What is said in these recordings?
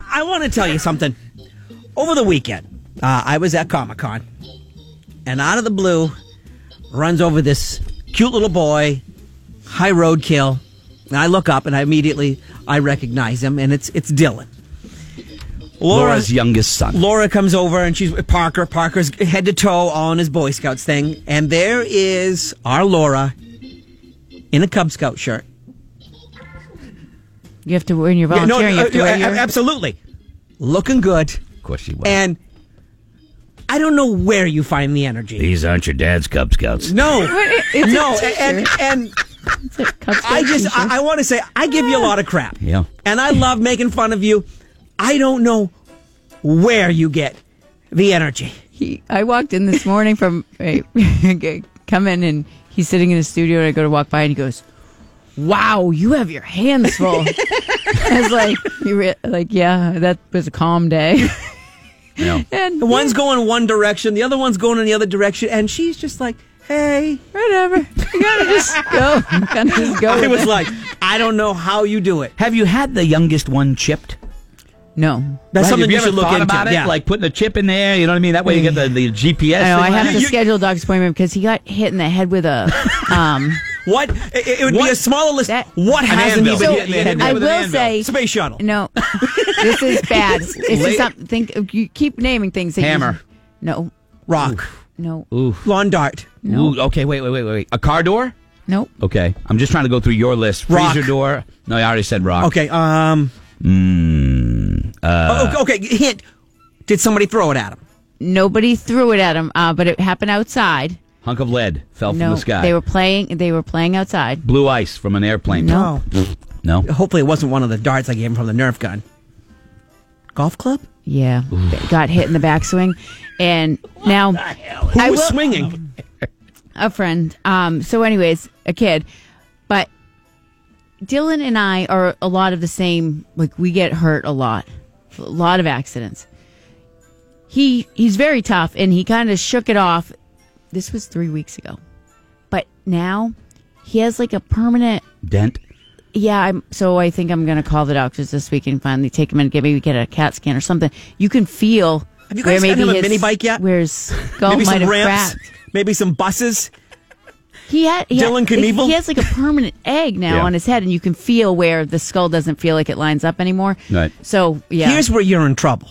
I want to tell you something. Over the weekend, uh, I was at Comic Con, and out of the blue, runs over this cute little boy, high roadkill. And I look up, and I immediately I recognize him, and it's it's Dylan. Laura's youngest son. Laura comes over and she's with Parker. Parker's head to toe on his Boy Scouts thing. And there is our Laura in a Cub Scout shirt. You have to when you're Yeah, volunteering. Oh, you have to uh, wear uh, your, absolutely. Looking good. of course she was. And I don't know where you find the energy. These aren't your dad's Cub Scouts. No. It's a No. t-shirt. And, and It's a Cub Scout I just, t-shirt. I, I want to say, I give you a lot of crap. Yeah. And I love making fun of you. I don't know where you get the energy. he, I walked in this morning from wait, okay, come in and he's sitting in his studio and I go to walk by and he goes, "Wow, you have your hands full." I was like, you re- like yeah, that was a calm day. No. and The one's going one direction, the other one's going in the other direction, and she's just like, "Hey." whatever, you gotta just go, you gotta just go. I with was it. like, "I don't know how you do it." Have you had the youngest one chipped? no. That's Right, something have you, ever should look thought into. about it? yeah. Like putting a chip in there, you know what I mean? That way you get the, the GPS. I know I thing have on to it. schedule a doc's appointment because he got hit in the head with a. Um, what? It, it would be What- a smaller list. that- what An hasn't he anvil. been So, hit in the head I with? will An anvil. say- space shuttle. No, this is bad. This is Late- something. Think you keep naming things. That you- Hammer. no, rock, no, lawn dart, Ooh, okay, wait, wait, wait, wait. A car door? no. Okay. I'm just trying to go through your list. Rock. Freezer door. No, I already said rock. Okay. Um. Mm, uh, oh, okay. Hint. Did somebody throw it at him? Nobody threw it at him, uh, but it happened outside. Hunk of lead fell from no, the sky. they were playing. They were playing outside. Blue ice from an airplane. No. No. Hopefully, it wasn't one of the darts I gave him from the Nerf gun. Golf club? Yeah, got hit in the backswing, and now Who I was will- swinging? a friend. Um, so, anyways, a kid. But Dylan and I are a lot of the same. Like we get hurt a lot, a lot of accidents. He he's very tough, and he kind of shook it off. This was three weeks ago, but now he has like a permanent. Dent. Yeah, I'm, so I think I'm gonna call the doctors this week and finally take him and get maybe get a CAT scan or something. You can feel. Have you where guys gotten maybe him a his- mini bike yet? Where his skull Maybe Oh, might some have ramps. cracked. Maybe some buses. He had he Dylan had, Knievel? He has like a permanent egg now Yeah. on his head, and you can feel where the skull doesn't feel like it lines up anymore. Right. So yeah, Here's where you're in trouble.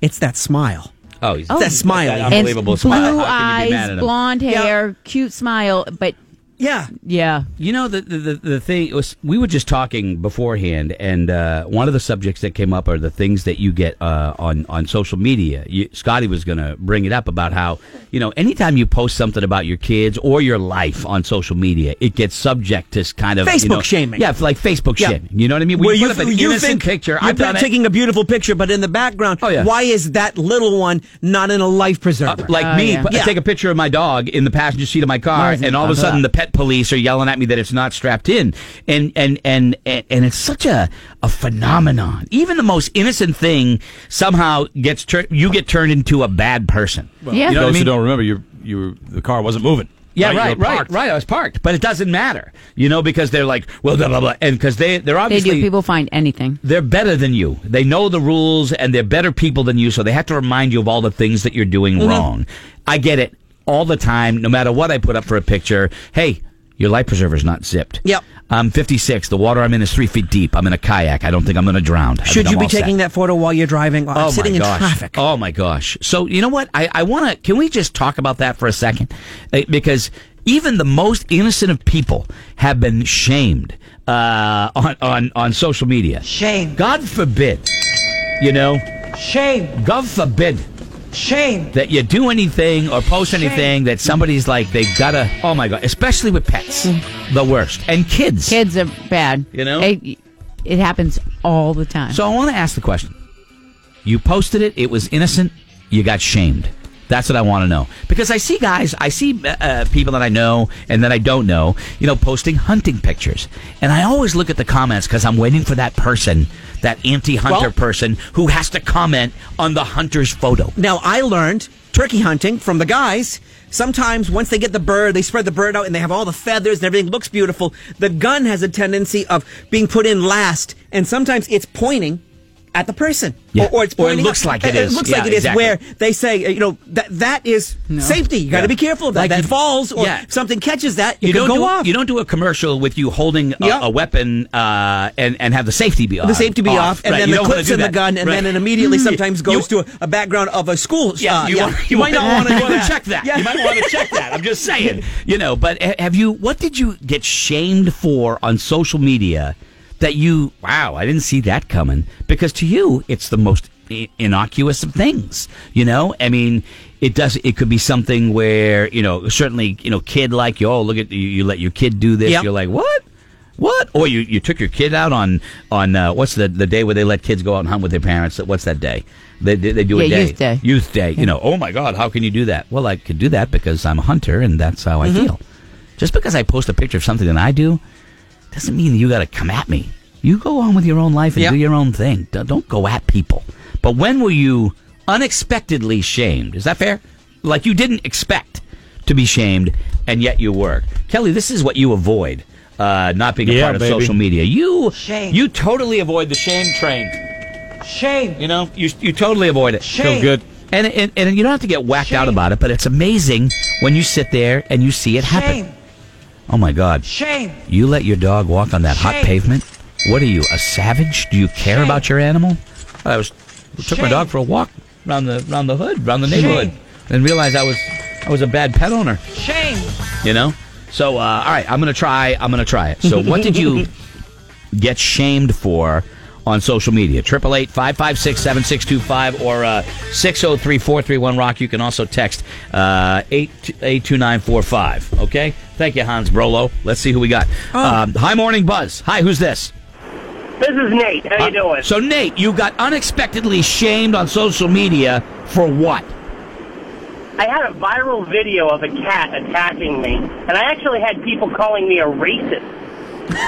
It's that smile. Oh, he's That smile. That And unbelievable and smile. Blue How can you eyes, be mad at him? blonde Yeah. hair, cute smile, but Yeah. yeah, You know the the, the, the thing was we were just talking beforehand, and uh, one of the subjects that came up are the things that you get uh, on on social media. You, Scotty was going to bring it up about how you know anytime you post something about your kids or your life on social media, it gets subject to kind of you Facebook know- shaming. Yeah, like Facebook Yeah. shaming. You know what I mean? Where We you, put up an you innocent think picture. You're I've done it. taking a beautiful picture, but in the background, Oh, yeah. why is that little one not in a life Uh, preserver? like Oh, me, yeah. p- I Yeah. take a picture of my dog in the passenger seat of my car, Mine's in and all of a front of sudden that. the pet police are yelling at me that it's not strapped in, and and and and, and it's such a, a phenomenon. Even the most innocent thing somehow gets tur- you get turned into a bad person. yeah. you know what I Those mean? who don't remember, you you were, the car wasn't moving. Yeah, You right, were right, right, parked. I was parked, but it doesn't matter, you know, because they're like, well, blah blah blah, and because they they're they obviously do. People find anything. they're better than you. They know the rules and they're better people than you, so they have to remind you of all the things that you're doing Mm-hmm. wrong. I get it all the time, no matter what I put up for a picture. Hey, your life preserver's not zipped. Yep. I'm 56. The water I'm in is three feet deep. I'm in a kayak. I don't think I'm going to drown. I Should think you I'm be all set. taking that photo while you're driving? or Oh sitting my gosh! in traffic. Oh my gosh! So you know what? I, I want to. Can we just talk about that for a second? Uh, Because even the most innocent of people have been shamed uh, on on on social media. Shame. God forbid, you know. Shame. God forbid Shame. that you do anything or post anything that somebody's like they gotta. Oh my god! Especially with pets, Mm. the worst, and kids. Kids are bad. You know? it, it happens all the time. So I want to ask the question. You posted it, it was innocent, you got shamed. That's what I want to know. Because I see guys, I see uh, uh, people that I know and that I don't know, you know, posting hunting pictures. And I always look at the comments because I'm waiting for that person, that anti hunter Well- person who has to comment on the hunter's photo. Now, I learned turkey hunting from the guys. Sometimes once they get the bird, they spread the bird out and they have all the feathers and everything looks beautiful. The gun has a tendency of being put in last, and sometimes it's pointing at the person, Yeah. or, or it's Or it pointing looks up. like it is. looks Yeah, like it is exactly. where they say, uh, you know, that that is safety. You got to Yeah. be careful of that. Like that you- falls or Yeah. something catches that, You you could don't go do, off. You don't do a commercial with you holding a, Yeah. a weapon uh, and and have the safety be off. the safety be off, and Right, then you the don't wanna clips do in the that. gun, and Right. Mm. then it immediately sometimes goes You- to a, a background of a school. Yeah, uh, you, Want, you might not want do to check that. Yeah. You might want to check that. I'm just saying, you know. But ha- have you? What did you get shamed for on social media? That you? Wow, I didn't see that coming. Because to you, it's the most i- innocuous of things. You know, I mean. It does. It could be something where you know, certainly, you know, kid like you. Oh, look at you! You let your kid do this. Yep. You're like, what? What? Or you, you took your kid out on on uh, what's the the day where they let kids go out and hunt with their parents? What's that day? They they, they do a Yeah, day youth day. youth day. You know, oh my God, how can you do that? Well, I could do that because I'm a hunter and that's how Mm-hmm. I feel. Just because I post a picture of something that I do doesn't mean you got to come at me. You go on with your own life and Yep. do your own thing. Don't don't go at people. But when were you unexpectedly shamed? Is that fair? Like you didn't expect to be shamed and yet you were. Kelly, this is what you avoid. Uh, not being a Yeah, part of baby. social media, you Shame. you totally avoid the shame train. Shame. You know, you you totally avoid it. Shame. Feels good. And, and and you don't have to get whacked out Shame. about it, but it's amazing when you sit there and you see it happen. Shame. Oh my God! Shame. You let your dog walk on that hot Shame. pavement. What are you, a savage? Do you care Shame. about your animal? I was took my Shame. dog for a walk around the around the hood, around the Shame. neighborhood, and realized I was I was a bad pet owner. Shame. You know. So uh, all right, I'm gonna try. I'm gonna try it. So what did you get shamed for on social media? Triple eight five five six seven six two five or uh, six zero three four three one rock. You can also text uh, eight eight two nine four five. Okay. Thank you, Hans Brolo. Let's see who we got. Um, hi, morning buzz. Hi, who's this? This is Nate. How you doing? So Nate, you got unexpectedly shamed on social media for what? I had a viral video of a cat attacking me, and I actually had people calling me a racist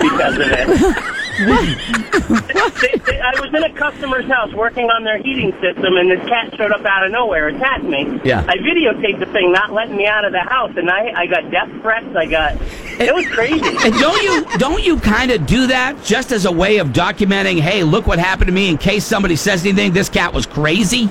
because of it. They- they- I was in a customer's house working on their heating system, and this cat showed up out of nowhere, attacked me. Yeah. I videotaped the thing, not letting me out of the house, and I, I got death threats. I got it was crazy. And don't you don't you kind of do that just as a way of documenting? Hey, look what happened to me. In case somebody says anything, this cat was crazy.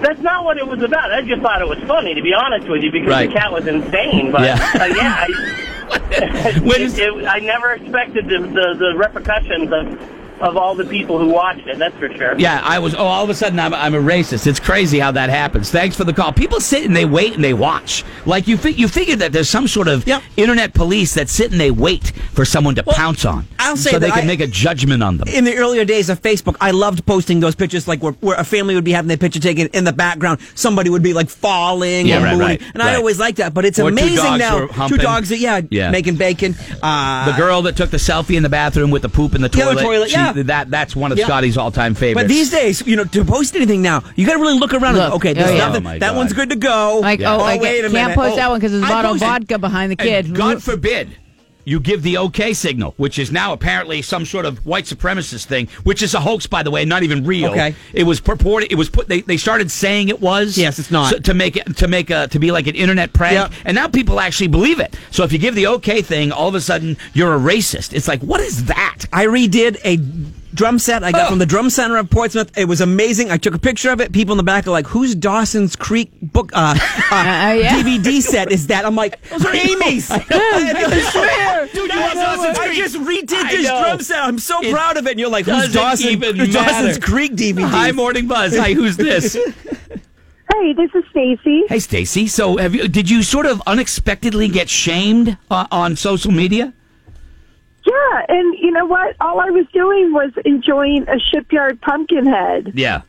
That's not what it was about. I just thought it was funny, to be honest with you, because Right. the cat was insane. But Yeah. uh, yeah I, When it, is- it, I never expected the, the, the repercussions of, of all the people who watched it. That's for sure. Yeah, I was. Oh, all of a sudden, I'm, I'm a racist. It's crazy how that happens. Thanks for the call. People sit and they wait and they watch. Like you, fi- you figure that there's some sort of Yeah. internet police that sit and they wait for someone to pounce on. I'll say so they that can I- make a judgment on them. in the earlier days of Facebook, I loved posting those pictures, like where, where a family would be having their picture taken in the background. Somebody would be like falling Yeah, or right, moving, right, and right. I always liked that. But it's Or two amazing dogs were now. Two humping. dogs, that, yeah, Yeah. making bacon. Uh, the girl that took the selfie in the bathroom with the poop in the Yeah, toilet. the toilet, she- yeah. that that's one of Yeah. Scotty's all-time favorites. but these days, you know, to post anything now, you got to really look around. and go, Look. okay, there's Oh, yeah. nothing. Oh, my that God. one's good to go. Like, Yeah. oh, Oh, I wait a can't minute. post Oh, that one because there's a I bottle of posted- vodka behind the kid. And God forbid you give the okay signal, which is now apparently some sort of white supremacist thing, which is a hoax, by the way, not even real. Okay. It was purported. It was put. They, they started saying it was. Yes, it's not. so- to make it to make a to be like an internet prank, Yep. and now people actually believe it. So if you give the okay thing, all of a sudden you're a racist. It's like what is that? I redid a drum set I got Oh. from the Drum Center of Portsmouth. It was amazing. I took a picture of it. People in the back are like, "Who's Dawson's Creek book uh, uh, Uh, yeah. DVD set is that?" I'm like, "Those are Amy's." I, swear, Dude, you want Dawson's I Creek. just redid I this know. drum set. I'm so It proud of it. And you're like, "Who's doesn't Dawson? even who's Dawson's matter. Creek DVD?" Hi, morning buzz. Hi, who's this? Hey, this is Stacy. hey, Stacy. So have you? Did you sort of unexpectedly get shamed uh, on social media? Yeah, and you know what? All I was doing was enjoying a shipyard pumpkin head. Yeah.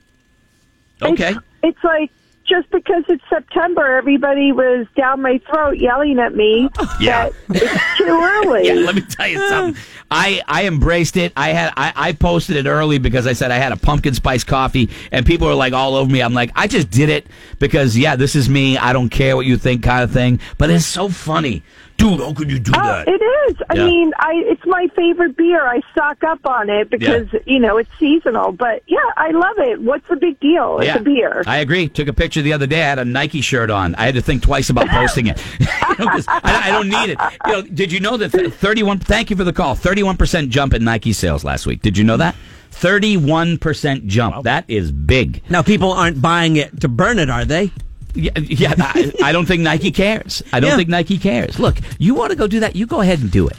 Okay. It's, it's like just because it's September, everybody was down my throat yelling at me. Yeah. that It's too early. Yeah, let me tell you something. I, I embraced it. I had I, I posted it early because I said I had a pumpkin spice coffee and people were like all over me. I'm like, I just did it because yeah, this is me. I don't care what you think kind of thing. But it's so funny. Dude, how could you do Oh, that? it is. I Yeah. mean, I it's my favorite beer. I stock up on it because you know it's seasonal. But yeah, I love it. What's the big deal? It's yeah, a beer. I agree. Took a picture the other day. I had a Nike shirt on. I had to think twice about posting it. You know, 'cause I, I don't need it. You know, did you know that 31? Thank you for the call. 31 percent jump in Nike sales last week. Did you know that? Thirty-one percent jump. That is big. Now, people aren't buying it to burn it, are they? Yeah, yeah I, I don't think Nike cares. I don't Yeah. think Nike cares. Look, you want to go do that? You go ahead and do it.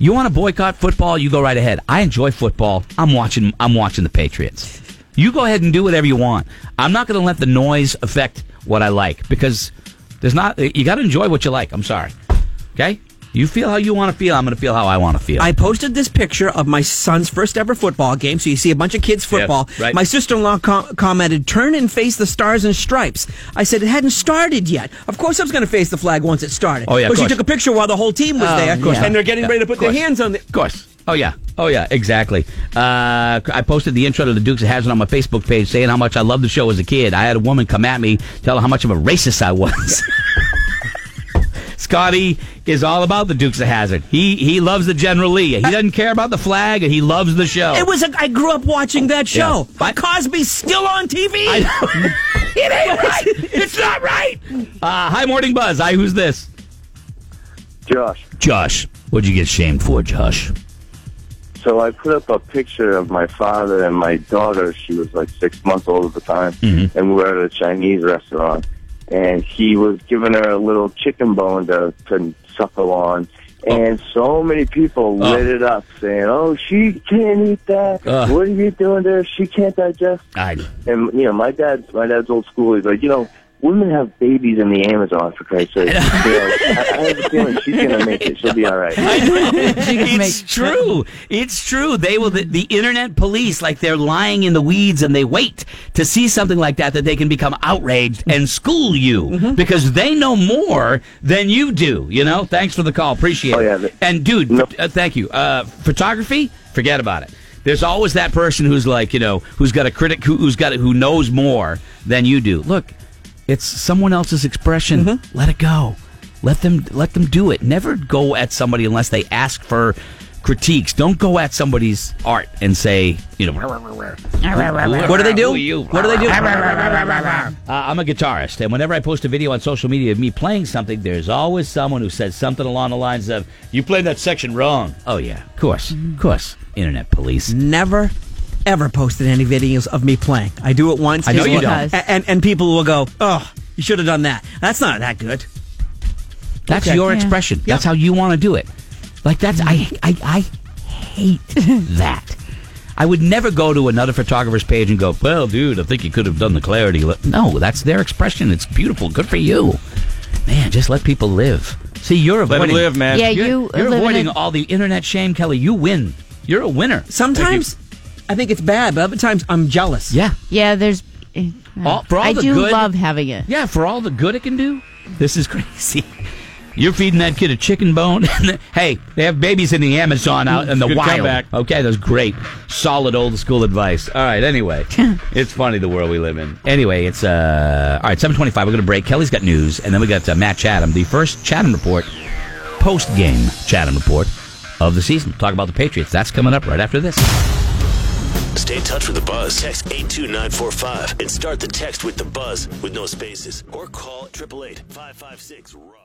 You want to boycott football? You go right ahead. I enjoy football. I'm watching. I'm watching the Patriots. You go ahead and do whatever you want. I'm not going to let the noise affect what I like because there's not. You got to enjoy what you like. I'm sorry. Okay. You feel how you want to feel. I'm going to feel how I want to feel. I posted this picture of my son's first ever football game. So you see a bunch of kids football. right. My sister in law com- commented, "Turn and face the stars and stripes." I said it hadn't started yet. Of course, I was going to face the flag once it started. Oh, yeah, of But she course. took a picture while the whole team was Oh, there, of course. and they're getting Yeah, ready to put of their course. hands on the. Of course. Oh yeah. Oh yeah. Exactly. Uh, I posted the intro to the Dukes of Hazzard on my Facebook page, saying how much I loved the show as a kid. I had a woman come at me, tell her how much of a racist I was. Scotty is all about the Dukes of Hazard. He he loves the General Lee. He doesn't care about the flag, and he loves the show. It was. A, I grew up watching that show. Yeah. But Cosby's still on TV. I know. it ain't right. It's not right. Uh, hi, morning buzz. Hi, who's this? Josh, Josh. What'd you get shamed for, Josh? so I put up a picture of my father and my daughter. She was like six months old at the time, Mm-hmm. and we were at a Chinese restaurant. And he was giving her a little chicken bone to, to suckle on. And so many people Oh. lit it up saying, Oh, she can't eat that. Ugh. What are you doing there? She can't digest I and you know, my dad's my dad's old school. He's like, you know, women have babies in the Amazon for Christ's sake. You know, I, I have a feeling she's gonna make it. She'll be all right. it's true. It's true. They will the, the internet police like they're lying in the weeds and they wait to see something like that that they can become outraged and school you because they know more than you do. You know. Thanks for the call. Appreciate Oh, yeah, it. the- And dude, No. uh, thank you. Uh, photography. Forget about it. There's always that person who's like you know who's got a critic who, who's got a, who knows more than you do. Look, it's someone else's expression. Let it go. Let them let them do it. Never go at somebody unless they ask for critiques. Don't go at somebody's art and say, you know, What do they do? Who are you? What do they do? Uh, I'm a guitarist, and whenever I post a video on social media of me playing something, there's always someone who says something along the lines of, "You played that section wrong." Oh yeah, of course, of Mm-hmm. course. Internet police. Never, ever posted any videos of me playing. I do it once. I know people- you don't. a- And and people will go, "Oh, you should have done that." That's not that good. That's Okay. your Yeah. Mm-hmm. expression. That's how you want to do it. Like that's I I, I hate that. I would never go to another photographer's page and go, "Well, dude, I think you could have done the clarity." li-" No, that's their expression. It's beautiful. Good for you, man. Just let people live. See, you're Let avoiding him live, man. Yeah, You're, you you're eliminate- avoiding all the internet shame, Kelly. You win. You're a winner. Sometimes I think it's bad, but other times I'm jealous. Yeah, Yeah, there's. eh, All- for all I the do good- love having it. yeah. For all the good it can do, this is crazy. You're feeding that kid a chicken bone. hey, they have babies in the Amazon out in the Good wild. comeback. Okay, that's great. Solid old school advice. All right, anyway. it's funny the world we live in. Anyway, it's uh all right, 725. We're going to break. Kelly's got news and then we got uh, Matt Chatham, the first Chatham report post-game Chatham report of the season. Talk about the Patriots. That's coming up right after this. Stay in touch with the buzz. Text 82945 and start the text with the buzz with no spaces. Or call 888 556 ROCK.